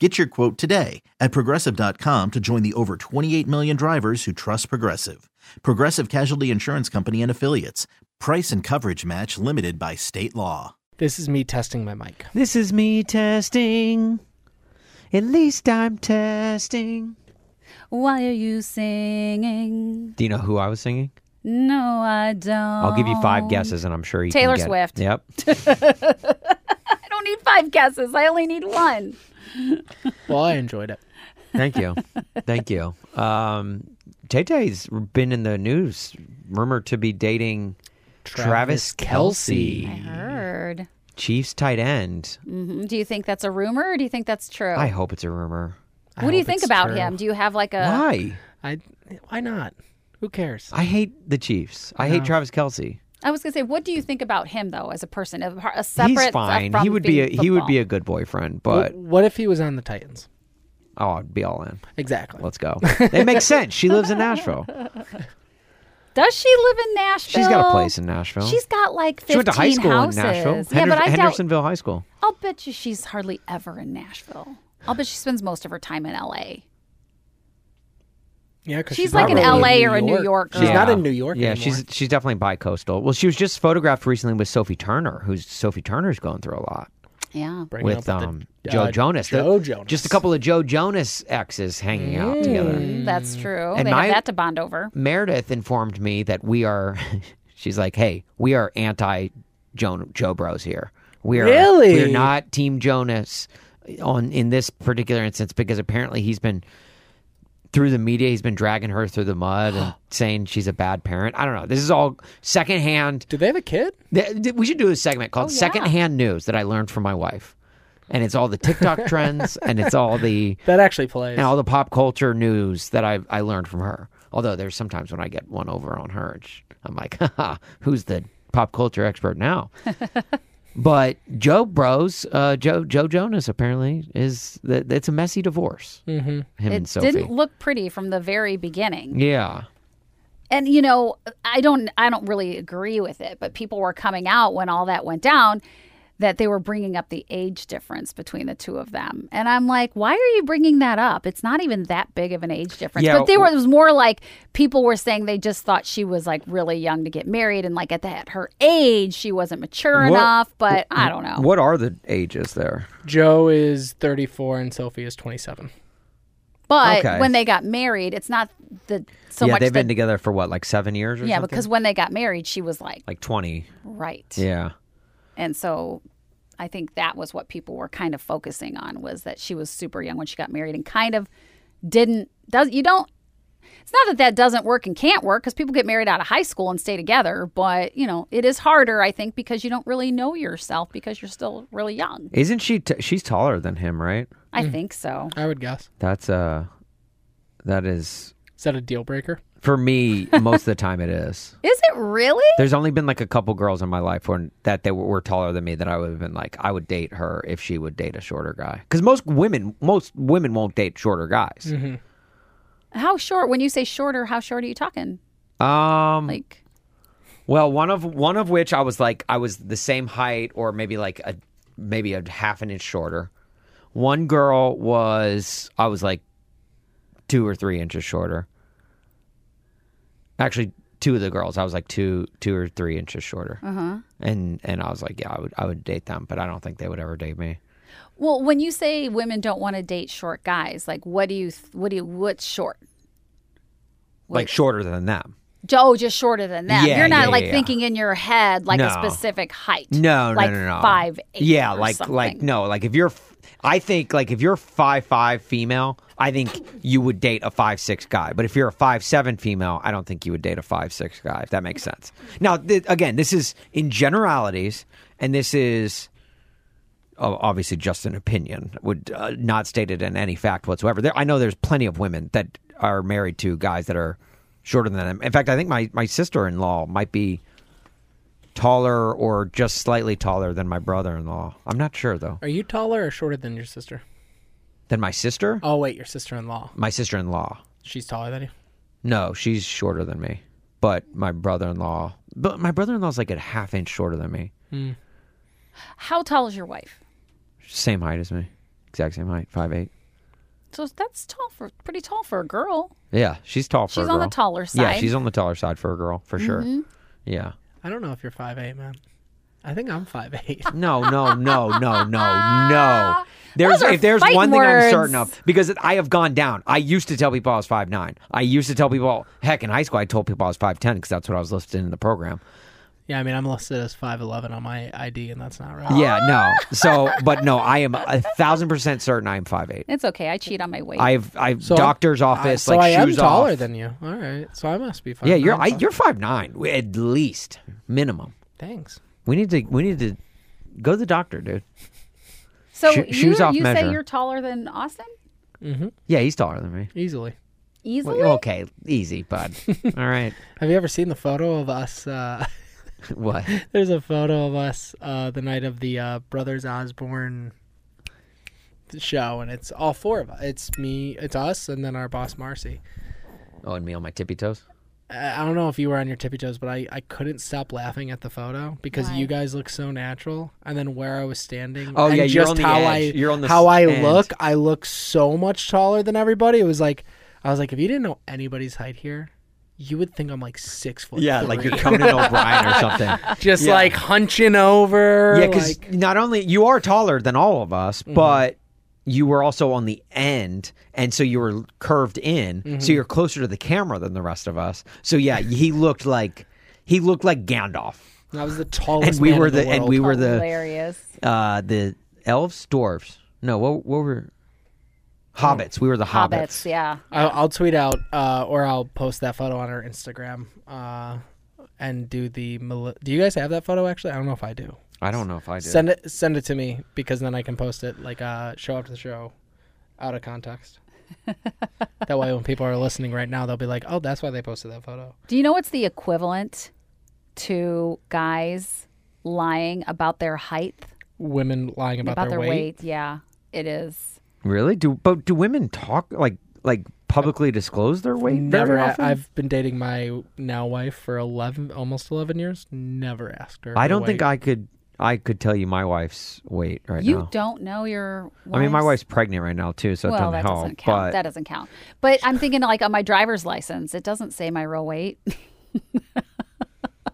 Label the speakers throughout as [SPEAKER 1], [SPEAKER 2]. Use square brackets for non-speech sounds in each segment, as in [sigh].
[SPEAKER 1] Get your quote today at progressive.com to join the over 28 million drivers who trust Progressive. Progressive Casualty Insurance Company and Affiliates. Price and coverage match limited by state law.
[SPEAKER 2] This is me testing my mic.
[SPEAKER 3] This is me testing. At least I'm testing.
[SPEAKER 4] Why are you singing?
[SPEAKER 5] Do you know who I was singing?
[SPEAKER 4] No, I don't.
[SPEAKER 5] I'll give you five guesses, and I'm sure you
[SPEAKER 4] Taylor
[SPEAKER 5] can get
[SPEAKER 4] Swift.
[SPEAKER 5] It. Yep.
[SPEAKER 4] [laughs] I don't need five guesses. I only need one.
[SPEAKER 2] Well, I enjoyed it.
[SPEAKER 5] Thank you. Thank you. Um, Tay Tay's been in the news, rumored to be dating Travis, Kelsey,
[SPEAKER 4] I heard.
[SPEAKER 5] Chiefs tight end.
[SPEAKER 4] hmm Do you think that's a rumor or do you think that's true?
[SPEAKER 5] I hope it's a rumor.
[SPEAKER 2] I
[SPEAKER 4] what do you
[SPEAKER 2] hope
[SPEAKER 4] think
[SPEAKER 2] it's
[SPEAKER 4] about
[SPEAKER 2] true.
[SPEAKER 4] him? Do you have like a?
[SPEAKER 5] Why?
[SPEAKER 2] I why not? Who cares?
[SPEAKER 5] I hate the Chiefs. I hate Travis Kelsey.
[SPEAKER 4] I was gonna say, what do you think about him though, as a person, a, a separate? uh,
[SPEAKER 5] He's fine.
[SPEAKER 4] From
[SPEAKER 5] He would be a,
[SPEAKER 4] being
[SPEAKER 5] he would be
[SPEAKER 4] football?
[SPEAKER 5] a good boyfriend, but
[SPEAKER 2] Wh- what if he was on the Titans?
[SPEAKER 5] oh, I'd be all in.
[SPEAKER 2] Exactly.
[SPEAKER 5] Let's
[SPEAKER 4] [laughs]
[SPEAKER 5] go. it makes sense. She lives in Nashville.
[SPEAKER 4] Does she live in Nashville?
[SPEAKER 5] She's got a place in Nashville.
[SPEAKER 4] She's got like fifteen
[SPEAKER 5] she went to high school
[SPEAKER 4] houses.
[SPEAKER 5] in Nashville.
[SPEAKER 4] yeah, but
[SPEAKER 5] Henderson-
[SPEAKER 4] I doubt.
[SPEAKER 5] Hendersonville High School.
[SPEAKER 4] I'll bet you she's hardly ever in Nashville. I'll bet she spends most of her time in L.A.
[SPEAKER 2] yeah, 'cause
[SPEAKER 4] She's like
[SPEAKER 5] an
[SPEAKER 2] probably
[SPEAKER 4] LA
[SPEAKER 2] in
[SPEAKER 4] or a New York
[SPEAKER 2] She's
[SPEAKER 4] girl.
[SPEAKER 2] not in New York.
[SPEAKER 5] Yeah,
[SPEAKER 2] anymore.
[SPEAKER 5] she's she's definitely bi-coastal. Well, she was just photographed recently with Sophie Turner, who's Sophie Turner's going through a lot
[SPEAKER 4] Yeah.
[SPEAKER 2] Bringing
[SPEAKER 5] with
[SPEAKER 2] up the-
[SPEAKER 5] um,
[SPEAKER 2] uh,
[SPEAKER 5] Joe Jonas. The-
[SPEAKER 2] Joe Jonas.
[SPEAKER 5] Just a couple of Joe Jonas exes hanging out together.
[SPEAKER 4] Mm, That's true.
[SPEAKER 5] And
[SPEAKER 4] they
[SPEAKER 5] my-
[SPEAKER 4] have that to bond over.
[SPEAKER 5] Meredith informed me that we are. [laughs] she's like, hey, we are anti Joe Joe Bros here. We are
[SPEAKER 2] Really?
[SPEAKER 5] we're not Team Jonas on in this particular instance because apparently he's been through the media. He's been dragging her through the mud and saying she's a bad parent. I don't know. This is all secondhand.
[SPEAKER 2] Do they have a kid?
[SPEAKER 5] Th- th- We should do a segment called Secondhand News that I learned from my wife. And it's all the TikTok trends and it's all the
[SPEAKER 2] That actually plays.
[SPEAKER 5] and all the pop culture news that I I learned from her. Although there's sometimes when I get one over on her, and sh- I'm like, [laughs] haha, who's the pop culture expert [laughs] now? but Joe Bros, uh, Joe Joe Jonas apparently is that it's a messy divorce. Mm-hmm. Him and
[SPEAKER 4] It
[SPEAKER 5] Sophie.
[SPEAKER 4] didn't look pretty from the very beginning.
[SPEAKER 5] yeah.
[SPEAKER 4] And you know, I don't I don't really agree with it, but people were coming out when all that went down that they were bringing up the age difference between the two of them. And I'm like, why are you bringing that up? It's not even that big of an age difference.
[SPEAKER 5] Yeah,
[SPEAKER 4] but they were
[SPEAKER 5] w-
[SPEAKER 4] it was more like people were saying they just thought she was like really young to get married and like at that her age she wasn't mature
[SPEAKER 5] What-
[SPEAKER 4] enough, but I don't know.
[SPEAKER 5] What are the ages there?
[SPEAKER 2] Joe is 34 and Sophie is 27.
[SPEAKER 4] But
[SPEAKER 5] Okay.
[SPEAKER 4] when they got married, it's not the so
[SPEAKER 5] yeah,
[SPEAKER 4] much
[SPEAKER 5] they've
[SPEAKER 4] the-
[SPEAKER 5] been together for what, like seven years or
[SPEAKER 4] Yeah,
[SPEAKER 5] something?
[SPEAKER 4] because when they got married, she was like,
[SPEAKER 5] like twenty.
[SPEAKER 4] right.
[SPEAKER 5] Yeah.
[SPEAKER 4] And so I think that was what people were kind of focusing on was that she was super young when she got married and kind of didn't does you don't it's not that that doesn't work and can't work because people get married out of high school and stay together, but you know, it is harder I think because you don't really know yourself because you're still really young.
[SPEAKER 5] Isn't she? T- she's taller than him, right?
[SPEAKER 4] I think so.
[SPEAKER 2] I would guess.
[SPEAKER 5] That's uh, that is
[SPEAKER 2] Is that a deal breaker?
[SPEAKER 5] for me. most of the time, it is.
[SPEAKER 4] Is it really?
[SPEAKER 5] There's only been like a couple girls in my life when that they were, were taller than me that I would have been like, I would date her if she would date a shorter guy. Because most women, most women won't date shorter guys.
[SPEAKER 4] How short when you say shorter, how short are you talking?
[SPEAKER 5] Um,
[SPEAKER 4] Like
[SPEAKER 5] well, one of one of which I was like, I was the same height or maybe like a maybe a half an inch shorter. One girl was I was like two or three inches shorter. Actually, two of the girls, I was like two two or three inches shorter. And and I was like, yeah, I would I would date them, but I don't think they would ever date me.
[SPEAKER 4] Well, when you say women don't want to date short guys, like what do you th- what do you what's short?
[SPEAKER 5] like shorter than them.
[SPEAKER 4] Joe oh, just shorter than them.
[SPEAKER 5] Yeah,
[SPEAKER 4] You're not
[SPEAKER 5] yeah,
[SPEAKER 4] like
[SPEAKER 5] yeah, yeah.
[SPEAKER 4] thinking in your head like a
[SPEAKER 5] No.
[SPEAKER 4] specific height.
[SPEAKER 5] No, no,
[SPEAKER 4] like
[SPEAKER 5] no, no.
[SPEAKER 4] Five eight.
[SPEAKER 5] Yeah,
[SPEAKER 4] or
[SPEAKER 5] like like
[SPEAKER 4] something.
[SPEAKER 5] no, like if you're, f- I think like if you're five five female, I think you would date a five six guy. But if you're a five seven female, I don't think you would date a five six guy. If that makes sense. Now, th- again, this is in generalities, and this is. o- Obviously, just an opinion, would uh, not stated in any fact whatsoever. There, I know there's plenty of women that are married to guys that are shorter than them. In fact, I think my, my sister in law might be taller or just slightly taller than my brother-in-law. I'm not sure though.
[SPEAKER 2] Are you taller or shorter than your sister?
[SPEAKER 5] Than my sister?
[SPEAKER 2] Oh wait, your sister-in-law.
[SPEAKER 5] My sister-in-law.
[SPEAKER 2] She's taller than you.
[SPEAKER 5] No, she's shorter than me. But my brother-in-law, but my brother-in-law's like a half inch shorter than me.
[SPEAKER 4] How tall is your wife?
[SPEAKER 5] Same height as me. Exact same height, Five eight.
[SPEAKER 4] So that's tall for pretty tall for a girl.
[SPEAKER 5] Yeah, she's tall for
[SPEAKER 4] She's
[SPEAKER 5] a girl.
[SPEAKER 4] on the taller
[SPEAKER 5] Yeah,
[SPEAKER 4] side. Mm-hmm.
[SPEAKER 5] she's on the taller side for a girl, for sure. Yeah.
[SPEAKER 2] I don't know if you're five eight, man. I think I'm five eight.
[SPEAKER 5] No, no, no, no, no,
[SPEAKER 4] [laughs]
[SPEAKER 5] no. There's
[SPEAKER 4] Those are
[SPEAKER 5] if there's
[SPEAKER 4] fighting
[SPEAKER 5] one thing I'm certain
[SPEAKER 4] words.
[SPEAKER 5] of because I have gone down. I used to tell people I was five nine. I used to tell people heck in high school I told people I was five ten because that's what I was listed in the program.
[SPEAKER 2] yeah, I mean I'm listed as five eleven on my ID, and that's not right.
[SPEAKER 5] Yeah,
[SPEAKER 4] Oh.
[SPEAKER 5] no.
[SPEAKER 4] [laughs]
[SPEAKER 5] So, but no, I am a thousand percent certain I'm five eight.
[SPEAKER 4] It's okay. I cheat on my weight.
[SPEAKER 5] I've I've
[SPEAKER 2] So-
[SPEAKER 5] doctor's office
[SPEAKER 2] so
[SPEAKER 5] like
[SPEAKER 2] I am
[SPEAKER 5] shoes
[SPEAKER 2] taller
[SPEAKER 5] off.
[SPEAKER 2] than you. All right, so I must be five.
[SPEAKER 5] yeah, you're I,
[SPEAKER 2] nine, five-
[SPEAKER 5] you're five nine at least minimum.
[SPEAKER 2] Thanks.
[SPEAKER 5] We need to we need to go to the doctor, dude.
[SPEAKER 4] so
[SPEAKER 5] sho-
[SPEAKER 4] you,
[SPEAKER 5] shoes off
[SPEAKER 4] you
[SPEAKER 5] measure.
[SPEAKER 4] say you're taller than Austin
[SPEAKER 5] Yeah, he's taller than me.
[SPEAKER 2] Easily.
[SPEAKER 4] easily.
[SPEAKER 5] Well, okay, easy, bud.
[SPEAKER 4] [laughs]
[SPEAKER 5] All right,
[SPEAKER 2] Have you ever seen the photo of us? Uh, [laughs]
[SPEAKER 5] what?
[SPEAKER 2] there's a photo of us uh, the night of the uh, Brothers Osborne show, and it's all four of us. It's me, it's us, and then our boss Marcy.
[SPEAKER 5] Oh, and me on my tippy toes.
[SPEAKER 2] I I don't know if you were on your tippy toes, but I, I couldn't stop laughing at the photo because
[SPEAKER 4] Why?
[SPEAKER 2] you guys look so natural. And then where I was standing,
[SPEAKER 5] Oh,
[SPEAKER 2] and
[SPEAKER 5] yeah, you're
[SPEAKER 2] just
[SPEAKER 5] on the
[SPEAKER 2] how
[SPEAKER 5] edge.
[SPEAKER 2] I
[SPEAKER 5] You're on the
[SPEAKER 2] how I
[SPEAKER 5] end.
[SPEAKER 2] look, I look so much taller than everybody. It was like I was like, if you didn't know anybody's height here, you would think I'm like six foot.
[SPEAKER 5] Yeah, like you're Conan O'Brien or
[SPEAKER 2] [laughs]
[SPEAKER 5] something.
[SPEAKER 2] just
[SPEAKER 5] Yeah.
[SPEAKER 2] like hunching over.
[SPEAKER 5] Yeah, because
[SPEAKER 2] like- Mm-hmm.
[SPEAKER 5] not only you are taller than all of us, but you were also on the end, and so you were curved in,
[SPEAKER 2] Mm-hmm.
[SPEAKER 5] so you're closer to the camera than the rest of us. So yeah, he looked like he looked like Gandalf,
[SPEAKER 2] I was the tallest.
[SPEAKER 5] and we
[SPEAKER 2] man
[SPEAKER 5] were
[SPEAKER 2] in the,
[SPEAKER 5] the, and
[SPEAKER 2] world.
[SPEAKER 5] we were the
[SPEAKER 4] hilarious.
[SPEAKER 5] uh, the elves, dwarves. No, what what were hobbits? We were the
[SPEAKER 4] Hobbits.
[SPEAKER 5] hobbits.
[SPEAKER 4] Yeah.
[SPEAKER 2] I'll, I'll tweet out uh, or I'll post that photo on our Instagram uh, and do the. mili- Do you guys have that photo? Actually, I don't know if I do.
[SPEAKER 5] I don't know if I did.
[SPEAKER 2] Send it. Send it to me because then I can post it. Like uh, show up to the show, out of [laughs] context. that way, when people are listening right now, they'll be like, "Oh, that's why they posted that photo."
[SPEAKER 4] Do you know what's the equivalent to guys lying about their height,
[SPEAKER 2] Women lying about,
[SPEAKER 4] about
[SPEAKER 2] their, weight.
[SPEAKER 4] Yeah, it is.
[SPEAKER 5] really? Do but do women talk like like publicly disclose their weight? very
[SPEAKER 2] Never. a-
[SPEAKER 5] often?
[SPEAKER 2] I've been dating my now wife for eleven, almost eleven years. Never asked her.
[SPEAKER 5] I
[SPEAKER 2] her
[SPEAKER 5] don't
[SPEAKER 2] weight.
[SPEAKER 5] think I could. I could tell you my wife's weight right
[SPEAKER 4] you
[SPEAKER 5] now.
[SPEAKER 4] don't know your.
[SPEAKER 5] I mean, my wife's pregnant right now too, so it
[SPEAKER 4] Well,
[SPEAKER 5] doesn't
[SPEAKER 4] that
[SPEAKER 5] help.
[SPEAKER 4] doesn't count.
[SPEAKER 5] But
[SPEAKER 4] That doesn't count. But I'm thinking like on my driver's license, it doesn't say my real weight.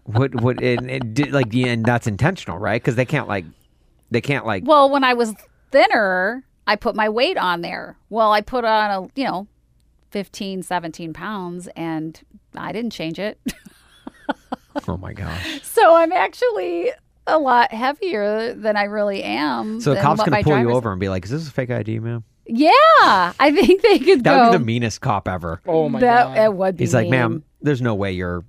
[SPEAKER 5] what? What? And, and did, like, yeah, and that's intentional, right? Because they can't like, they can't like.
[SPEAKER 4] Well, when I was thinner, I put my weight on there. Well, I put on a, you know, 15, 17 pounds and I didn't change it. [laughs]
[SPEAKER 5] oh my gosh!
[SPEAKER 4] so I'm actually a lot heavier than I really am.
[SPEAKER 5] So the
[SPEAKER 4] than
[SPEAKER 5] cops
[SPEAKER 4] what
[SPEAKER 5] gonna
[SPEAKER 4] my
[SPEAKER 5] pull you
[SPEAKER 4] driver's-
[SPEAKER 5] over and be like, "Is this a fake ID, ma'am?"
[SPEAKER 4] Yeah. I think they could
[SPEAKER 5] That
[SPEAKER 4] go.
[SPEAKER 5] would be the meanest cop ever.
[SPEAKER 2] Oh my
[SPEAKER 4] that
[SPEAKER 2] god.
[SPEAKER 4] it would be.
[SPEAKER 5] He's like,
[SPEAKER 4] mean.
[SPEAKER 5] "Ma'am, there's no way you're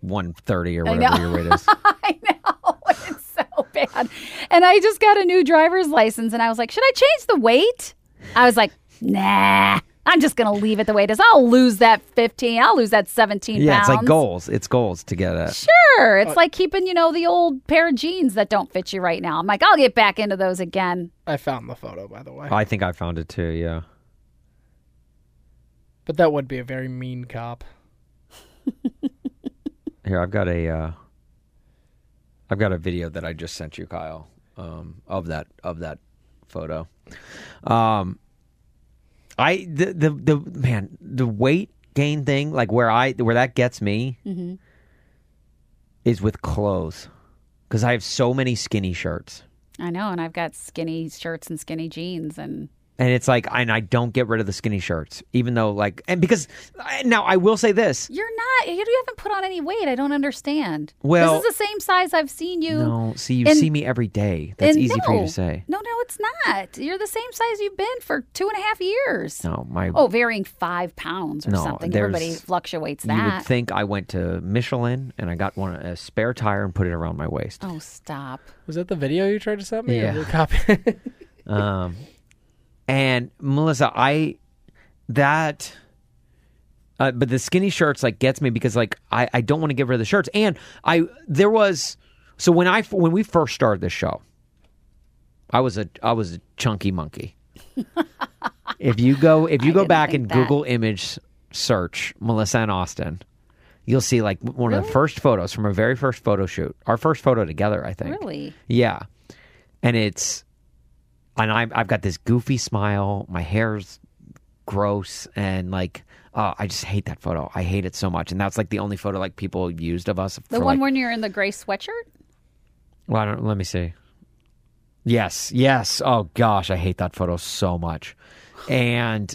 [SPEAKER 5] 130 or whatever
[SPEAKER 4] know.
[SPEAKER 5] your weight
[SPEAKER 4] [laughs]
[SPEAKER 5] is."
[SPEAKER 4] I know. [laughs] It's so bad. And I just got a new driver's license and I was like, should I change the weight? I was like, nah, I'm just going to leave it the way it is. I'll lose that 15. I'll lose that 17
[SPEAKER 5] yeah,
[SPEAKER 4] pounds.
[SPEAKER 5] it's like goals. It's goals to get it.
[SPEAKER 4] Sure. It's like keeping, you know, the old pair of jeans that don't fit you right now. I'm like, I'll get back into those again.
[SPEAKER 2] I found the photo by the way.
[SPEAKER 5] I think I found it too. Yeah.
[SPEAKER 2] But that would be a very mean cop.
[SPEAKER 5] Here, I've got a, uh, I've got a video that I just sent you, Kyle, um, of that of that photo. Um, I the the the man the weight gain thing, like where I where that gets me,
[SPEAKER 4] Mm-hmm.
[SPEAKER 5] is with clothes, because I have so many skinny shirts.
[SPEAKER 4] I know, and I've got skinny shirts and skinny jeans, and
[SPEAKER 5] And it's like, and I don't get rid of the skinny shirts, even though, like, and because I, now I will say this.
[SPEAKER 4] you're not. You haven't put on any weight. I don't understand.
[SPEAKER 5] Well-
[SPEAKER 4] this is the same size I've seen you.
[SPEAKER 5] No, see, you
[SPEAKER 4] And-
[SPEAKER 5] see me every day. That's
[SPEAKER 4] and
[SPEAKER 5] easy for you
[SPEAKER 4] no.
[SPEAKER 5] to say.
[SPEAKER 4] No, no, it's not. You're the same size you've been for two and a half years.
[SPEAKER 5] No, my.
[SPEAKER 4] Oh, varying five pounds or
[SPEAKER 5] No,
[SPEAKER 4] something.
[SPEAKER 5] there's-
[SPEAKER 4] Everybody fluctuates
[SPEAKER 5] you
[SPEAKER 4] that.
[SPEAKER 5] would think I went to Michelin and I got one a spare tire and put it around my waist.
[SPEAKER 4] oh, stop.
[SPEAKER 2] Was that the video you tried to send me? or
[SPEAKER 5] Yeah.
[SPEAKER 2] the Copy.
[SPEAKER 5] Um, and Melissa, I that, uh, but the skinny shirts like gets me because like I I don't want to get rid of the shirts, and I there was so when I when we first started this show, I was a I was a chunky
[SPEAKER 4] [laughs]
[SPEAKER 5] monkey. if you go if you
[SPEAKER 4] I
[SPEAKER 5] go
[SPEAKER 4] didn't
[SPEAKER 5] back
[SPEAKER 4] think
[SPEAKER 5] and
[SPEAKER 4] that.
[SPEAKER 5] Google image search Melissa and Austin. You'll see like one of the first photos from our very first photo shoot, our first photo together, I think.
[SPEAKER 4] Really?
[SPEAKER 5] Yeah. And it's, and I'm, I've got this goofy smile. My hair's gross. And like, uh, I just hate that photo. I hate it so much. And that's like the only photo like people used of us.
[SPEAKER 4] The
[SPEAKER 5] for,
[SPEAKER 4] one
[SPEAKER 5] like-
[SPEAKER 4] when you're in the gray sweatshirt?
[SPEAKER 5] well, I don't, let me see. Yes, yes. Oh gosh, I hate that photo so much.
[SPEAKER 4] [laughs]
[SPEAKER 5] And,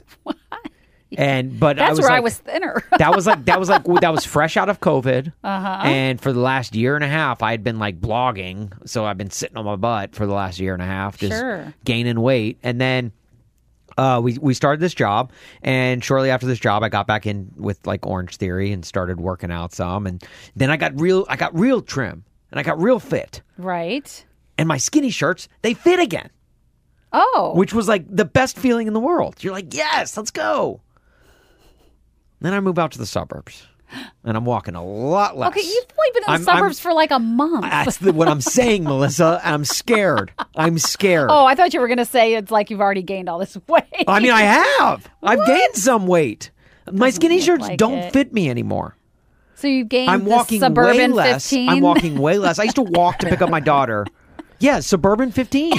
[SPEAKER 5] and, but I
[SPEAKER 4] That's
[SPEAKER 5] was
[SPEAKER 4] where I
[SPEAKER 5] like-
[SPEAKER 4] was
[SPEAKER 5] [laughs]
[SPEAKER 4] thinner.
[SPEAKER 5] that was like that was like that was fresh out of COVID, and for the last year and a half, I had been like blogging, so I've been sitting on my butt for the last year and a half, just
[SPEAKER 4] Sure.
[SPEAKER 5] gaining weight, and then uh, we we started this job, and shortly after this job, I got back in with like Orange Theory and started working out some, and then I got real I got real trim and I got real fit,
[SPEAKER 4] right.
[SPEAKER 5] and my skinny shirts they fit again
[SPEAKER 4] Oh.
[SPEAKER 5] which was like the best feeling in the world. You're like, yes, let's go. Then I move out to the suburbs, and I'm walking a lot less.
[SPEAKER 4] okay, you've only been in the
[SPEAKER 5] I'm- I'm-
[SPEAKER 4] suburbs for like a
[SPEAKER 5] [laughs]
[SPEAKER 4] month.
[SPEAKER 5] That's the, what I'm saying, Melissa. I'm scared. I'm scared.
[SPEAKER 4] oh, I thought you were going to say it's like you've already gained all this [laughs] weight.
[SPEAKER 5] I mean, I have. I've gained some weight. My skinny
[SPEAKER 4] look
[SPEAKER 5] shirts
[SPEAKER 4] like
[SPEAKER 5] don't
[SPEAKER 4] it.
[SPEAKER 5] fit me anymore.
[SPEAKER 4] so you've gained
[SPEAKER 5] I'm
[SPEAKER 4] this
[SPEAKER 5] walking
[SPEAKER 4] suburban
[SPEAKER 5] way less.
[SPEAKER 4] 15.
[SPEAKER 5] I'm walking way less. I used to walk to pick up my
[SPEAKER 4] [laughs]
[SPEAKER 5] daughter. Yeah, suburban 15.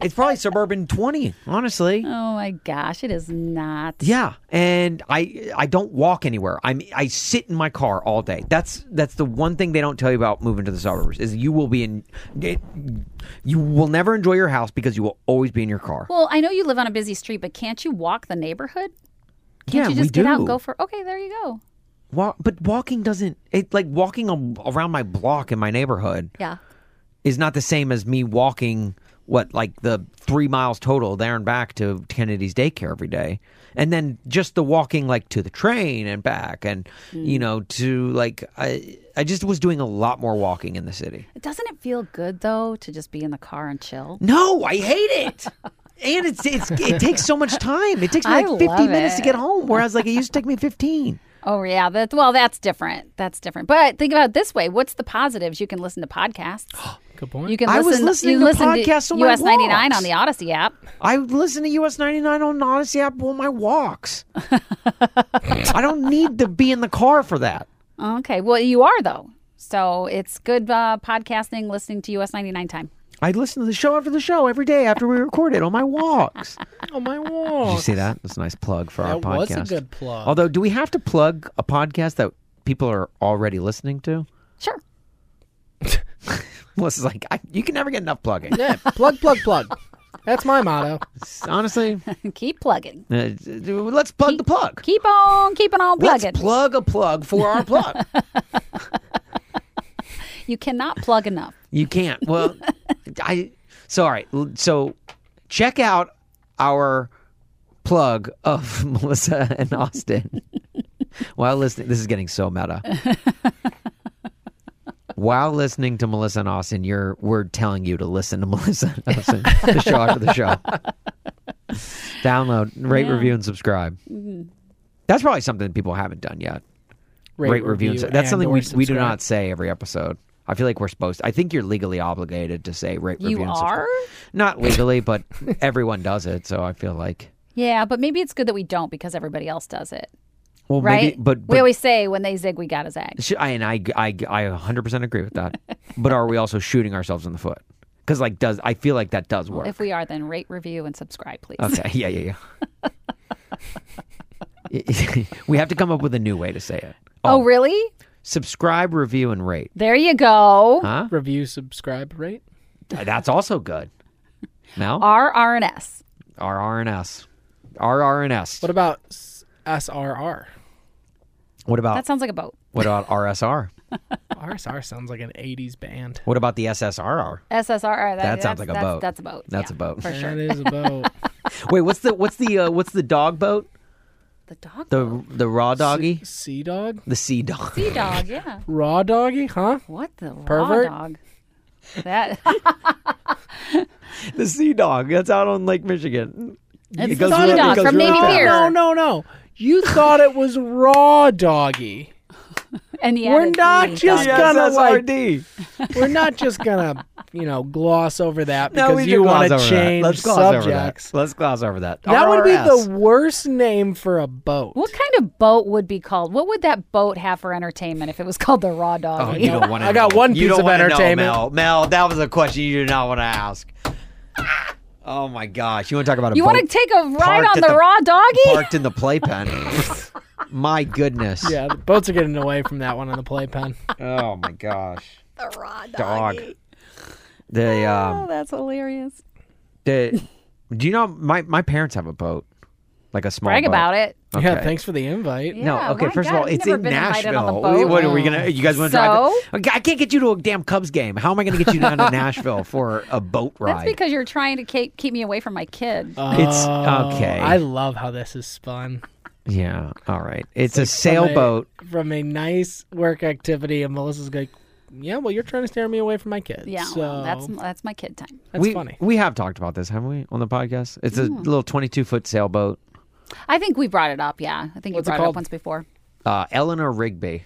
[SPEAKER 5] it's probably suburban 20, honestly.
[SPEAKER 4] oh my gosh, it is not.
[SPEAKER 5] Yeah, and I I don't walk anywhere. I'm I sit in my car all day. That's that's the one thing they don't tell you about moving to the suburbs is you will be in it, you will never enjoy your house because you will always be in your car.
[SPEAKER 4] Well, I know you live on a busy street, but can't you walk the neighborhood? Can't
[SPEAKER 5] yeah,
[SPEAKER 4] you
[SPEAKER 5] we
[SPEAKER 4] just
[SPEAKER 5] do.
[SPEAKER 4] get out and go for Okay, there you go.
[SPEAKER 5] Wa- but walking doesn't it like walking a- around my block in my neighborhood
[SPEAKER 4] Yeah.
[SPEAKER 5] is not the same as me walking what like the 3 miles total there and back to Kennedy's daycare every day. And then just the walking like to the train and back and you know to like I I just was doing a lot more walking in the city.
[SPEAKER 4] Doesn't it feel good though to just be in the car and chill?
[SPEAKER 5] No, I hate it. [laughs] and it's, it's it takes so much time. It takes me
[SPEAKER 4] I
[SPEAKER 5] like 50
[SPEAKER 4] love
[SPEAKER 5] minutes to get
[SPEAKER 4] it.
[SPEAKER 5] home whereas like it used to take me 15.
[SPEAKER 4] Oh yeah, that well, that's different. That's different. But think about it this way: what's the positives? You can listen to podcasts. [gasps]
[SPEAKER 2] Good point.
[SPEAKER 4] You can.
[SPEAKER 5] I
[SPEAKER 4] Listen,
[SPEAKER 5] was listening
[SPEAKER 4] you
[SPEAKER 5] to
[SPEAKER 4] listen
[SPEAKER 5] podcasts on my
[SPEAKER 4] US ninety nine
[SPEAKER 5] walks.
[SPEAKER 4] on the Odyssey app.
[SPEAKER 5] I listen to US 99 on Odyssey app on my walks. [laughs] I don't need to be in the car for that.
[SPEAKER 4] Okay, well, you are though, so it's good uh, podcasting. Listening to US ninety nine time.
[SPEAKER 5] I listen to the show after the show every day after we record it on
[SPEAKER 2] [laughs]
[SPEAKER 5] my walks.
[SPEAKER 2] [laughs] oh my
[SPEAKER 5] Did
[SPEAKER 2] wall.
[SPEAKER 5] you see that? That's a nice plug for our
[SPEAKER 2] That was
[SPEAKER 5] podcast.
[SPEAKER 2] a good plug.
[SPEAKER 5] Although, do we have to plug a podcast that people are already listening to?
[SPEAKER 4] Sure.
[SPEAKER 5] Melissa's like, I, you can never get enough plugging.
[SPEAKER 2] yeah, plug, plug, plug. That's my motto. [laughs]
[SPEAKER 5] Honestly,
[SPEAKER 4] [laughs] Keep plugging.
[SPEAKER 5] uh, let's plug the plug.
[SPEAKER 4] Keep on keeping on
[SPEAKER 5] Let's
[SPEAKER 4] plugging.
[SPEAKER 5] plug a plug for our
[SPEAKER 2] [laughs]
[SPEAKER 5] plug.
[SPEAKER 4] you cannot plug enough.
[SPEAKER 5] You can't. Well, I. So all right. l- So check out our plug of [laughs] Melissa and Austin while listening. This is getting so meta. While listening to Melissa and Austin, you're we're telling you to listen to Melissa and Austin the show after the show. Download, rate, review, and subscribe. That's probably something people haven't done yet rate, review. and su- That's something
[SPEAKER 2] and
[SPEAKER 5] we,
[SPEAKER 2] or
[SPEAKER 5] we do
[SPEAKER 2] subscribe.
[SPEAKER 5] not say every episode. I feel like we're supposed. I think you're legally obligated to say rate,
[SPEAKER 4] You
[SPEAKER 5] review, and subscribe.
[SPEAKER 4] are?
[SPEAKER 5] not legally, but everyone does it. So I feel like
[SPEAKER 4] Yeah, but maybe it's good that we don't because everybody else does it,
[SPEAKER 5] well,
[SPEAKER 4] right?
[SPEAKER 5] maybe, but,
[SPEAKER 4] we
[SPEAKER 5] but
[SPEAKER 4] always say when they zig, we gotta zag.
[SPEAKER 5] sh- I, and I, I, I 100 percent agree with that. but are we also shooting ourselves in the foot? Because like, does I feel like that does work?
[SPEAKER 4] If we are, then rate, review, and subscribe, please.
[SPEAKER 5] okay, yeah, yeah, yeah. [laughs] we have to come up with a new way to say it.
[SPEAKER 4] Oh, really?
[SPEAKER 5] Subscribe, review, and rate.
[SPEAKER 4] There you go.
[SPEAKER 5] Huh?
[SPEAKER 2] Review, subscribe, rate.
[SPEAKER 5] That's also good. No?
[SPEAKER 4] R, R, and S.
[SPEAKER 5] RRNS. RRNS.
[SPEAKER 2] What about S- SRR?
[SPEAKER 5] What about
[SPEAKER 4] That sounds like a boat.
[SPEAKER 5] what about RSR?
[SPEAKER 2] RSR sounds like an 80s band.
[SPEAKER 5] What about the SSRR?
[SPEAKER 4] SSRR. That,
[SPEAKER 5] That sounds
[SPEAKER 4] that's-
[SPEAKER 5] like a
[SPEAKER 4] that's-
[SPEAKER 5] boat.
[SPEAKER 4] That's a boat.
[SPEAKER 5] That's
[SPEAKER 4] yeah,
[SPEAKER 5] a boat.
[SPEAKER 4] For sure.
[SPEAKER 2] That is a boat.
[SPEAKER 5] Wait, what's the what's the uh, what's the dog boat?
[SPEAKER 4] The dog.
[SPEAKER 5] The the raw doggy?
[SPEAKER 2] Sea dog?
[SPEAKER 5] The sea dog. [laughs]
[SPEAKER 4] sea dog, yeah.
[SPEAKER 2] Raw doggy, huh?
[SPEAKER 4] What the raw
[SPEAKER 2] Pervert?
[SPEAKER 4] dog?
[SPEAKER 5] [laughs]
[SPEAKER 4] That
[SPEAKER 5] the sea dog. That's out on Lake Michigan.
[SPEAKER 4] It's
[SPEAKER 5] It
[SPEAKER 4] the
[SPEAKER 5] goes
[SPEAKER 4] sea
[SPEAKER 5] really- it
[SPEAKER 4] dog
[SPEAKER 5] goes
[SPEAKER 4] from
[SPEAKER 5] really
[SPEAKER 4] Navy
[SPEAKER 5] fast.
[SPEAKER 4] Pier.
[SPEAKER 2] No, no, no. You thought it was raw doggy.
[SPEAKER 4] and the
[SPEAKER 2] We're
[SPEAKER 4] added
[SPEAKER 2] not
[SPEAKER 4] meaning
[SPEAKER 2] just
[SPEAKER 4] dog.
[SPEAKER 2] gonna- Kinda like-
[SPEAKER 5] SSRD.
[SPEAKER 2] We're not just gonna, you know, gloss over that
[SPEAKER 5] [laughs] No,
[SPEAKER 2] because
[SPEAKER 5] we
[SPEAKER 2] you
[SPEAKER 5] can gloss
[SPEAKER 2] want to
[SPEAKER 5] over that.
[SPEAKER 2] change
[SPEAKER 5] Let's gloss over that.
[SPEAKER 2] subjects.
[SPEAKER 5] Let's gloss over that.
[SPEAKER 2] That would be
[SPEAKER 5] RRS.
[SPEAKER 2] the worst name for a boat.
[SPEAKER 4] What kind of boat would be called? What would that boat have for entertainment if it was called the raw
[SPEAKER 5] Oh,
[SPEAKER 4] dog?
[SPEAKER 2] [laughs]
[SPEAKER 5] you don't want to.
[SPEAKER 2] I got one
[SPEAKER 5] you
[SPEAKER 2] piece
[SPEAKER 5] don't
[SPEAKER 2] of
[SPEAKER 5] wanna know,
[SPEAKER 2] entertainment.
[SPEAKER 5] Mel. Mel, that was a question you did not want to ask. Oh my gosh! You want to talk about a
[SPEAKER 4] you
[SPEAKER 5] boat
[SPEAKER 4] want to take a ride
[SPEAKER 5] parked
[SPEAKER 4] on
[SPEAKER 5] at
[SPEAKER 4] the,
[SPEAKER 5] the
[SPEAKER 4] raw doggy?
[SPEAKER 5] parked in the playpen? [laughs] my goodness!
[SPEAKER 2] yeah, the boats are getting away from that one on the
[SPEAKER 5] [laughs]
[SPEAKER 2] playpen.
[SPEAKER 5] Oh my gosh!
[SPEAKER 4] The raw
[SPEAKER 5] Dog. They
[SPEAKER 4] Oh,
[SPEAKER 5] um.
[SPEAKER 4] that's hilarious.
[SPEAKER 5] They, do you know my my parents have a boat, like a small.
[SPEAKER 4] Brag
[SPEAKER 5] boat.
[SPEAKER 4] about it.
[SPEAKER 2] Yeah,
[SPEAKER 5] Okay.
[SPEAKER 2] thanks for the invite.
[SPEAKER 4] Yeah.
[SPEAKER 5] No, okay.
[SPEAKER 4] my
[SPEAKER 5] First
[SPEAKER 4] God,
[SPEAKER 5] of all,
[SPEAKER 4] I've
[SPEAKER 5] it's
[SPEAKER 4] never
[SPEAKER 5] in
[SPEAKER 4] been invited on the
[SPEAKER 5] Nashville.
[SPEAKER 4] boat.
[SPEAKER 5] What are we gonna? You guys want to
[SPEAKER 4] So?
[SPEAKER 5] drive? the- I can't get you to a damn Cubs game. How am I going to get you down
[SPEAKER 4] [laughs]
[SPEAKER 5] to Nashville for a boat ride?
[SPEAKER 4] That's because you're trying to keep, keep me away from my kid.
[SPEAKER 5] It's-
[SPEAKER 2] Oh,
[SPEAKER 5] okay.
[SPEAKER 2] I love how this is spun.
[SPEAKER 5] Yeah. All right. It's, a sailboat.
[SPEAKER 2] From a, from a nice work activity, and Melissa's like, "Yeah, well, you're trying to steer me away from my kids."
[SPEAKER 4] yeah,
[SPEAKER 2] so
[SPEAKER 4] well, that's that's Mm. my kid time.
[SPEAKER 2] that's
[SPEAKER 5] we
[SPEAKER 2] funny.
[SPEAKER 5] we have talked about this, haven't we, on the podcast? It's a little twenty-two foot sailboat.
[SPEAKER 4] I think we brought it up. Yeah, I think
[SPEAKER 2] What's it
[SPEAKER 4] you brought it,
[SPEAKER 2] called?
[SPEAKER 4] up once before.
[SPEAKER 5] Uh, Eleanor Rigby,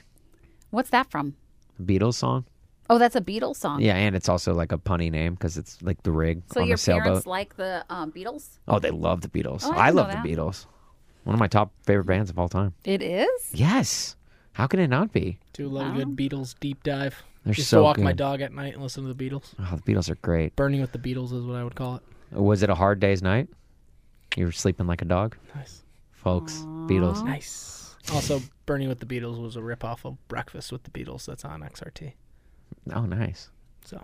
[SPEAKER 4] What's that from?
[SPEAKER 5] Beatles song.
[SPEAKER 4] Oh, that's a Beatles song.
[SPEAKER 5] Yeah, and it's also like a punny name because it's like the rig
[SPEAKER 4] So
[SPEAKER 5] on
[SPEAKER 4] your
[SPEAKER 5] the sailboat.
[SPEAKER 4] parents like the um, Beatles?
[SPEAKER 5] oh, they love the Beatles.
[SPEAKER 4] Oh, I didn't
[SPEAKER 5] I
[SPEAKER 4] know
[SPEAKER 5] love the
[SPEAKER 4] that.
[SPEAKER 5] Beatles. One of my top favorite bands of all time.
[SPEAKER 4] It is.
[SPEAKER 5] Yes. How can it not be?
[SPEAKER 2] Do a little good Beatles deep dive.
[SPEAKER 5] They're
[SPEAKER 2] Used
[SPEAKER 5] so
[SPEAKER 2] to walk my
[SPEAKER 5] good.
[SPEAKER 2] dog at night and listen to the Beatles.
[SPEAKER 5] Oh, the Beatles are great.
[SPEAKER 2] Burning with the Beatles is what I would call it.
[SPEAKER 5] Was it a hard day's night? You were sleeping like a dog,
[SPEAKER 2] Nice,
[SPEAKER 5] folks. Beatles.
[SPEAKER 2] nice. Also, Burning with the Beatles was a ripoff of Breakfast with the Beatles. That's on XRT.
[SPEAKER 5] Oh, nice.
[SPEAKER 2] So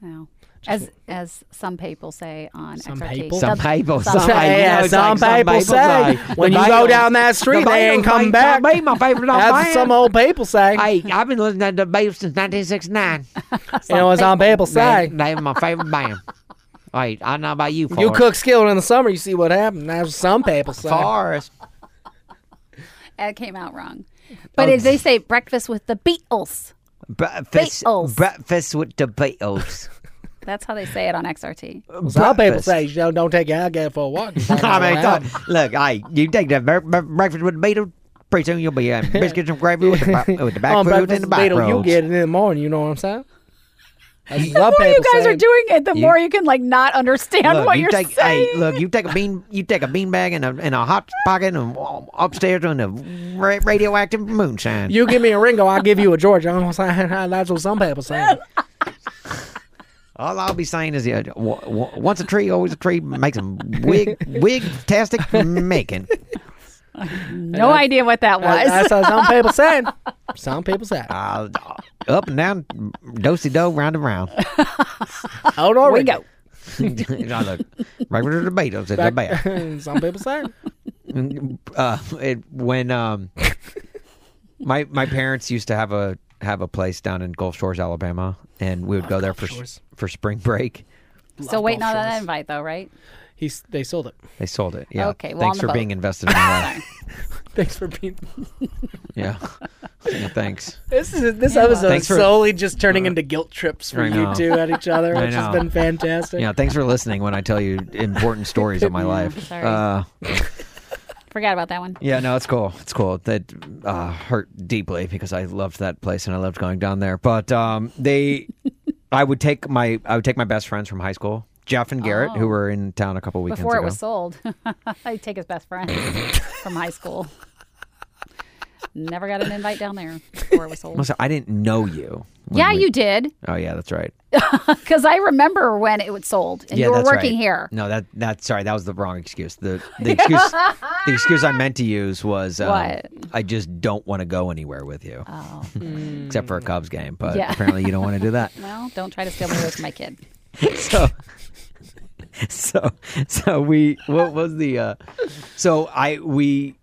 [SPEAKER 4] No. As as some people say on
[SPEAKER 2] Some
[SPEAKER 4] XRT.
[SPEAKER 2] people?
[SPEAKER 5] Some
[SPEAKER 4] the-
[SPEAKER 5] people,
[SPEAKER 4] some-
[SPEAKER 5] some, I know, it's like some people say,
[SPEAKER 2] when
[SPEAKER 5] the
[SPEAKER 2] you go
[SPEAKER 5] Beatles-
[SPEAKER 2] down that street,
[SPEAKER 5] the
[SPEAKER 2] they
[SPEAKER 5] Beatles
[SPEAKER 2] ain't coming
[SPEAKER 5] might
[SPEAKER 2] back.
[SPEAKER 5] not be my
[SPEAKER 2] [laughs]
[SPEAKER 5] favorite
[SPEAKER 2] That's what
[SPEAKER 5] band.
[SPEAKER 2] some old people say.
[SPEAKER 5] Hey, I've been listening to the Beatles since 1969.
[SPEAKER 2] you know what some people
[SPEAKER 5] They,
[SPEAKER 2] say?
[SPEAKER 5] they were my favorite
[SPEAKER 2] [laughs]
[SPEAKER 5] band. Hey, I know about you, Forrest.
[SPEAKER 2] You cook skillet in the summer, you see what happened. That's what some people say.
[SPEAKER 5] Forrest.
[SPEAKER 4] It came out wrong. But if they say breakfast with the Beatles.
[SPEAKER 5] Breakfast,
[SPEAKER 4] Beatles.
[SPEAKER 5] breakfast with
[SPEAKER 2] [laughs]
[SPEAKER 5] the Beatles.
[SPEAKER 4] That's how they say it on XRT.
[SPEAKER 2] Some people
[SPEAKER 5] Breakfast. [laughs]
[SPEAKER 2] say you don't, don't take your alligator for a walk. You find out
[SPEAKER 5] I mean,
[SPEAKER 2] what
[SPEAKER 5] thought,
[SPEAKER 2] happened.
[SPEAKER 5] look, I you take that bre- bre- breakfast with the Beatles. Pretty soon you'll be
[SPEAKER 2] [laughs]
[SPEAKER 5] having biscuits and gravy with the, ba- with the back
[SPEAKER 2] on
[SPEAKER 5] food
[SPEAKER 2] breakfast
[SPEAKER 5] and the
[SPEAKER 2] with
[SPEAKER 5] back
[SPEAKER 2] Beetle, you
[SPEAKER 5] roads.
[SPEAKER 2] get it in the morning. You know what I'm
[SPEAKER 5] [laughs]
[SPEAKER 2] saying? That's what some
[SPEAKER 4] The more you
[SPEAKER 2] people
[SPEAKER 4] guys
[SPEAKER 2] say.
[SPEAKER 4] are doing it, the more you can like not understand
[SPEAKER 5] Look,
[SPEAKER 4] what
[SPEAKER 5] you
[SPEAKER 4] are
[SPEAKER 5] take,
[SPEAKER 4] saying.
[SPEAKER 5] Hey, look, you take a bean, you take a bean bag and a, and a hot pocket and um, upstairs on the ra- radioactive moonshine.
[SPEAKER 2] You give me a Ringo, I'll give you a George. You know what I'm saying? [laughs] That's what some people say.
[SPEAKER 5] All I'll be saying is, uh, w- w- once a tree, always a tree. Make some wig,
[SPEAKER 4] [laughs]
[SPEAKER 5] wig tastic making.
[SPEAKER 4] no idea what that was.
[SPEAKER 2] That's what
[SPEAKER 4] [laughs]
[SPEAKER 2] some people say. Some people say.
[SPEAKER 5] Uh, up and down, dosey do, round and
[SPEAKER 4] [laughs]
[SPEAKER 5] round.
[SPEAKER 2] Hold on,
[SPEAKER 4] we go.
[SPEAKER 5] I look, right with the Beatles at the
[SPEAKER 2] [laughs]
[SPEAKER 5] back.
[SPEAKER 2] some people say.
[SPEAKER 5] uh, it, when um, my my parents used to have a have a place down in Gulf Shores, Alabama, and we would
[SPEAKER 4] Oh,
[SPEAKER 5] go there for s-
[SPEAKER 2] Shores.
[SPEAKER 5] for spring break.
[SPEAKER 4] Still waiting on
[SPEAKER 2] Shores.
[SPEAKER 4] that invite though, right?
[SPEAKER 2] He's, they sold it. [laughs]
[SPEAKER 5] They sold it. Yeah.
[SPEAKER 4] Okay, well, on
[SPEAKER 5] thanks
[SPEAKER 4] the
[SPEAKER 5] for
[SPEAKER 4] boat.
[SPEAKER 5] being invested in my
[SPEAKER 4] [laughs]
[SPEAKER 5] life.
[SPEAKER 2] Thanks for being.
[SPEAKER 5] yeah. Yeah, Thanks.
[SPEAKER 2] This is this episode
[SPEAKER 5] Thanks
[SPEAKER 2] is
[SPEAKER 5] for- Uh,
[SPEAKER 2] solely just turning into guilt trips for
[SPEAKER 5] I
[SPEAKER 2] you
[SPEAKER 5] know.
[SPEAKER 2] two at each other,
[SPEAKER 5] [laughs] I
[SPEAKER 2] which has
[SPEAKER 5] know.
[SPEAKER 2] been fantastic.
[SPEAKER 5] Yeah. Thanks for listening when I tell you important stories
[SPEAKER 4] [laughs]
[SPEAKER 5] of my life.
[SPEAKER 4] sorry.
[SPEAKER 5] Uh,
[SPEAKER 4] Forgot about that one.
[SPEAKER 5] yeah. No, it's cool. It's cool. That uh, hurt deeply because I loved that place and I loved going down there. But um,
[SPEAKER 4] [laughs]
[SPEAKER 5] they, I would take my I would take my best friends from high school. Jeff and Garrett, who were in town a couple weekends
[SPEAKER 4] Oh. Before
[SPEAKER 5] ago.
[SPEAKER 4] it was sold, [laughs] I take his
[SPEAKER 5] [laughs]
[SPEAKER 4] best friend from high school. Never got an invite down there before it was sold.
[SPEAKER 5] Also, I didn't know you. when
[SPEAKER 4] yeah,
[SPEAKER 5] we-
[SPEAKER 4] you did.
[SPEAKER 5] Oh yeah, that's right.
[SPEAKER 4] Because I remember when it was sold and
[SPEAKER 5] yeah,
[SPEAKER 4] you were
[SPEAKER 5] that's
[SPEAKER 4] working
[SPEAKER 5] right.
[SPEAKER 4] here.
[SPEAKER 5] No, that that sorry, that was the wrong excuse. The
[SPEAKER 4] [laughs]
[SPEAKER 5] the excuse the excuse I meant to use was um,
[SPEAKER 4] What?
[SPEAKER 5] I just don't want to go anywhere with you,
[SPEAKER 4] Oh.
[SPEAKER 5] [laughs] except for a Cubs game. But
[SPEAKER 4] Yeah. [laughs]
[SPEAKER 5] apparently, you don't want to do that. [laughs]
[SPEAKER 4] Well, don't try to steal me away from my kid.
[SPEAKER 5] so so so we what was the uh so i we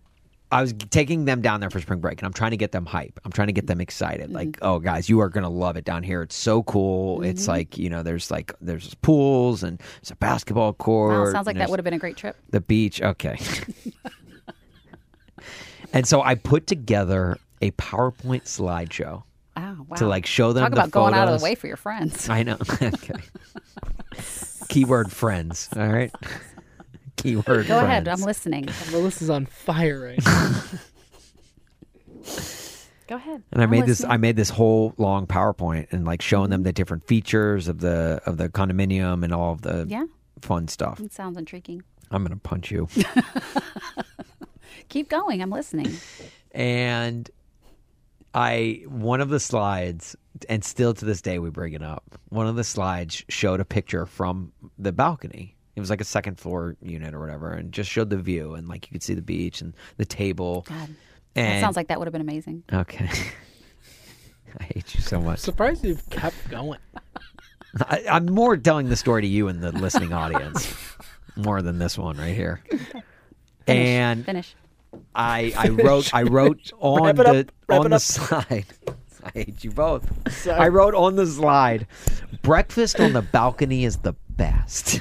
[SPEAKER 5] i was taking them down there for spring break and i'm trying to get them hype i'm trying to get them excited like
[SPEAKER 4] Mm-hmm.
[SPEAKER 5] oh guys you are gonna love it down here it's so cool it's like you know there's like there's pools and there's a basketball court
[SPEAKER 4] Wow, sounds like
[SPEAKER 5] and
[SPEAKER 4] that
[SPEAKER 5] there's-
[SPEAKER 4] would have been a great trip.
[SPEAKER 5] the beach. Okay. and so I put together a PowerPoint slideshow
[SPEAKER 4] Oh, wow.
[SPEAKER 5] to like show them
[SPEAKER 4] Talk
[SPEAKER 5] the
[SPEAKER 4] about going out of
[SPEAKER 5] photos.
[SPEAKER 4] the way for your friends.
[SPEAKER 5] I know. [laughs] okay. Keyword friends. All right. [laughs] Keyword.
[SPEAKER 4] Go ahead.
[SPEAKER 5] friends.
[SPEAKER 4] I'm listening.
[SPEAKER 2] Melissa's on fire right now.
[SPEAKER 4] Go ahead.
[SPEAKER 5] And I
[SPEAKER 4] I'm
[SPEAKER 5] made this.
[SPEAKER 4] listening.
[SPEAKER 5] I made this whole long PowerPoint and like showing them the different features of the of the condominium and all of the
[SPEAKER 4] Yeah.
[SPEAKER 5] fun stuff.
[SPEAKER 4] It sounds intriguing.
[SPEAKER 5] I'm gonna punch you.
[SPEAKER 4] Keep going. I'm listening.
[SPEAKER 5] and I one of the slides, and still to this day we bring it up. One of the slides showed a picture from the balcony. It was like a second floor unit or whatever, and just showed the view and like you could see the beach and the table.
[SPEAKER 4] God.
[SPEAKER 5] and
[SPEAKER 4] That sounds like that would have been amazing.
[SPEAKER 5] okay. [laughs] I hate you so much.
[SPEAKER 2] Surprised you've kept going.
[SPEAKER 5] I, I'm more telling the story to you and the listening
[SPEAKER 4] [laughs]
[SPEAKER 5] audience more than this one right here. And
[SPEAKER 4] Finish.
[SPEAKER 2] [laughs]
[SPEAKER 5] I I wrote I wrote on
[SPEAKER 2] Wrap it up.
[SPEAKER 5] the
[SPEAKER 2] Wrap
[SPEAKER 5] on
[SPEAKER 2] it
[SPEAKER 5] the
[SPEAKER 2] up.
[SPEAKER 5] slide. [laughs] I hate you both. I wrote on the slide. Breakfast on the balcony is the best.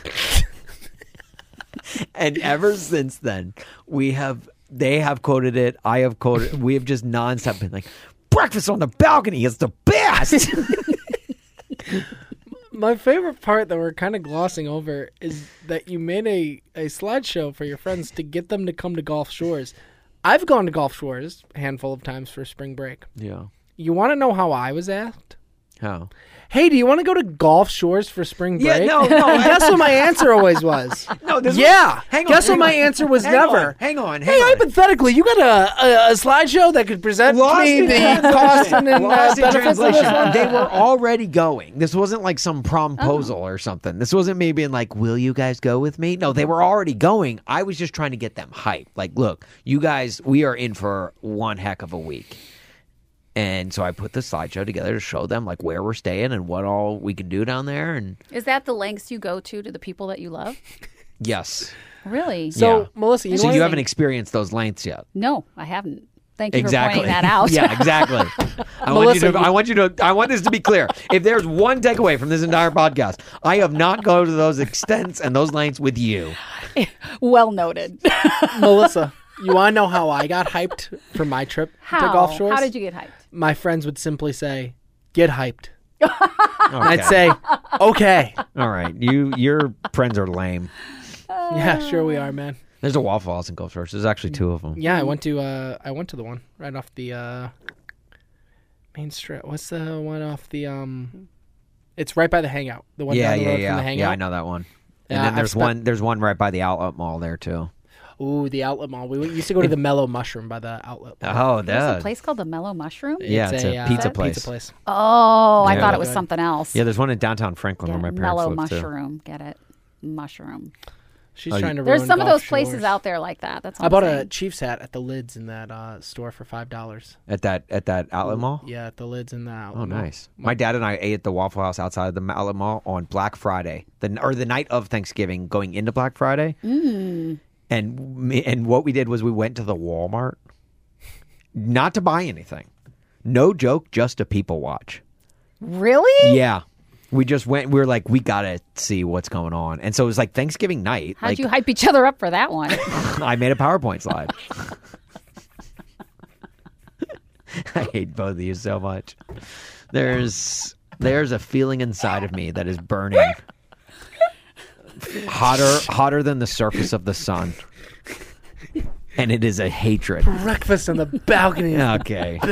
[SPEAKER 5] [laughs] and ever since then, we have they have quoted it. I have quoted. We have just nonstop been like, breakfast on the balcony is the best.
[SPEAKER 2] [laughs] My favorite part that we're kind of glossing over is that you made a, a slideshow for your friends to get them to come to Gulf Shores. I've gone to Gulf Shores a handful of times for spring break.
[SPEAKER 5] yeah.
[SPEAKER 2] You want to know how I was asked?
[SPEAKER 5] How?
[SPEAKER 2] Hey, do you want to go to Gulf Shores for spring break?
[SPEAKER 5] Yeah,
[SPEAKER 2] [laughs]
[SPEAKER 5] no, no.
[SPEAKER 2] Guess what my answer always was?
[SPEAKER 5] [laughs] No, this was-
[SPEAKER 2] yeah.
[SPEAKER 5] hang on,
[SPEAKER 2] Guess
[SPEAKER 5] hang
[SPEAKER 2] what my
[SPEAKER 5] on.
[SPEAKER 2] answer was
[SPEAKER 5] Hang
[SPEAKER 2] never.
[SPEAKER 5] on, hang on,
[SPEAKER 2] hey,
[SPEAKER 5] hang on.
[SPEAKER 2] hypothetically, you got a, a, a slideshow that could present
[SPEAKER 5] Lost
[SPEAKER 2] me
[SPEAKER 5] in
[SPEAKER 2] [laughs] the
[SPEAKER 5] translation.
[SPEAKER 2] cost and uh,
[SPEAKER 5] Lost in
[SPEAKER 2] benefits of this
[SPEAKER 5] translation.
[SPEAKER 2] one?
[SPEAKER 5] They were already going. This wasn't like some promposal
[SPEAKER 2] Oh.
[SPEAKER 5] or something. This wasn't me being like, "Will you guys go with me?" No, they were already going. I was just trying to get them hyped. Like, look, you guys, we are in for one heck of a week. And so I put the slideshow together to show them like where we're staying and what all we can do down there. And
[SPEAKER 4] Is that the lengths you go to to the people that you love?
[SPEAKER 5] yes,
[SPEAKER 4] Really?
[SPEAKER 2] So,
[SPEAKER 5] Yeah.
[SPEAKER 2] Melissa, you
[SPEAKER 5] so
[SPEAKER 2] know
[SPEAKER 5] you
[SPEAKER 2] what?
[SPEAKER 5] haven't experienced those lengths yet.
[SPEAKER 4] No, I haven't. Thank you
[SPEAKER 5] Exactly.
[SPEAKER 4] for pointing that
[SPEAKER 5] [laughs]
[SPEAKER 4] out.
[SPEAKER 5] yeah, exactly. [laughs] I want you
[SPEAKER 2] Melissa,
[SPEAKER 5] to.
[SPEAKER 2] you-
[SPEAKER 5] I want you to. I want this to be clear. If there's one takeaway from this entire podcast, I have not gone to those extents and those lengths with you.
[SPEAKER 4] [laughs]
[SPEAKER 5] [laughs]
[SPEAKER 4] well noted.
[SPEAKER 2] [laughs] Melissa, you want to know how I got hyped for my trip to
[SPEAKER 4] How?
[SPEAKER 2] Gulf Shores?
[SPEAKER 4] How did you get hyped?
[SPEAKER 2] My friends would simply say, "Get hyped."
[SPEAKER 5] Okay.
[SPEAKER 2] I'd
[SPEAKER 5] [laughs]
[SPEAKER 2] say, "Okay,
[SPEAKER 5] All right, you your friends are lame.
[SPEAKER 2] yeah, sure we are, man."
[SPEAKER 5] There's a Waffle House in Gulf Shores. There's actually two of them.
[SPEAKER 2] Yeah, I went to uh, I went to the one right off the uh, main strip. What's the one off the um? It's right by the hangout. The one
[SPEAKER 5] Yeah,
[SPEAKER 2] down the
[SPEAKER 5] yeah,
[SPEAKER 2] road from the
[SPEAKER 5] yeah.
[SPEAKER 2] hangout.
[SPEAKER 5] Yeah, I know that one. And
[SPEAKER 2] Yeah,
[SPEAKER 5] then
[SPEAKER 2] I've
[SPEAKER 5] there's
[SPEAKER 2] spent-
[SPEAKER 5] one. There's one right by the Outlet Mall there too.
[SPEAKER 2] Ooh, the outlet mall. We went- used to go to the Mellow Mushroom by the outlet. Mall.
[SPEAKER 5] Oh,
[SPEAKER 4] There's a
[SPEAKER 5] that.
[SPEAKER 4] place called the Mellow Mushroom.
[SPEAKER 5] Yeah, it's, a,
[SPEAKER 2] uh,
[SPEAKER 5] pizza, place.
[SPEAKER 2] Pizza place.
[SPEAKER 4] Oh, I
[SPEAKER 5] Yeah.
[SPEAKER 4] thought it was
[SPEAKER 2] Good.
[SPEAKER 4] something else.
[SPEAKER 5] Yeah, there's one in downtown Franklin
[SPEAKER 4] Get
[SPEAKER 5] where
[SPEAKER 4] it.
[SPEAKER 5] my parents
[SPEAKER 4] Mellow
[SPEAKER 5] live too.
[SPEAKER 4] mushroom. Get it? Mushroom.
[SPEAKER 2] She's
[SPEAKER 5] Oh, you-
[SPEAKER 2] trying to.
[SPEAKER 4] There's
[SPEAKER 2] ruin
[SPEAKER 4] some of
[SPEAKER 2] Gulf
[SPEAKER 4] those places
[SPEAKER 2] Shores.
[SPEAKER 4] out there like that. That's what
[SPEAKER 2] I bought
[SPEAKER 4] am
[SPEAKER 2] a Chiefs hat at the Lids in that uh, store for five dollars.
[SPEAKER 5] At that at that Outlet Mall.
[SPEAKER 2] Yeah, at the Lids in the outlet.
[SPEAKER 5] Oh,
[SPEAKER 2] mall.
[SPEAKER 5] nice. My dad and I ate at the Waffle House outside of the Outlet Mall on Black Friday, the or the night of Thanksgiving, going into Black Friday. Mm. And me- and what we did was we went to the Walmart, not to buy anything. No joke, just to people watch.
[SPEAKER 4] Really?
[SPEAKER 5] Yeah. We just went. We were like, we gotta see what's going on, and so it was like Thanksgiving night.
[SPEAKER 4] How'd
[SPEAKER 5] like,
[SPEAKER 4] you hype each other up for
[SPEAKER 5] [laughs]
[SPEAKER 4] that one?
[SPEAKER 5] I made a PowerPoint slide. I hate both of you so much. There's there's a feeling inside of me that is burning hotter hotter than the surface of the sun. And it is a hatred.
[SPEAKER 2] Breakfast on the balcony.
[SPEAKER 5] Okay. All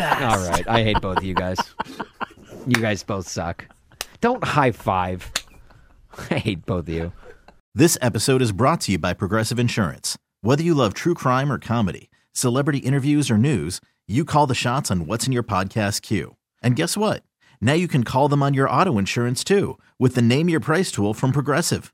[SPEAKER 5] right. I hate both of you guys. You guys both suck. Don't high five. I hate both of you.
[SPEAKER 1] This episode is brought to you by Progressive Insurance. Whether you love true crime or comedy, celebrity interviews or news, you call the shots on what's in your podcast queue. And guess what? Now you can call them on your auto insurance too with the Name Your Price tool from Progressive.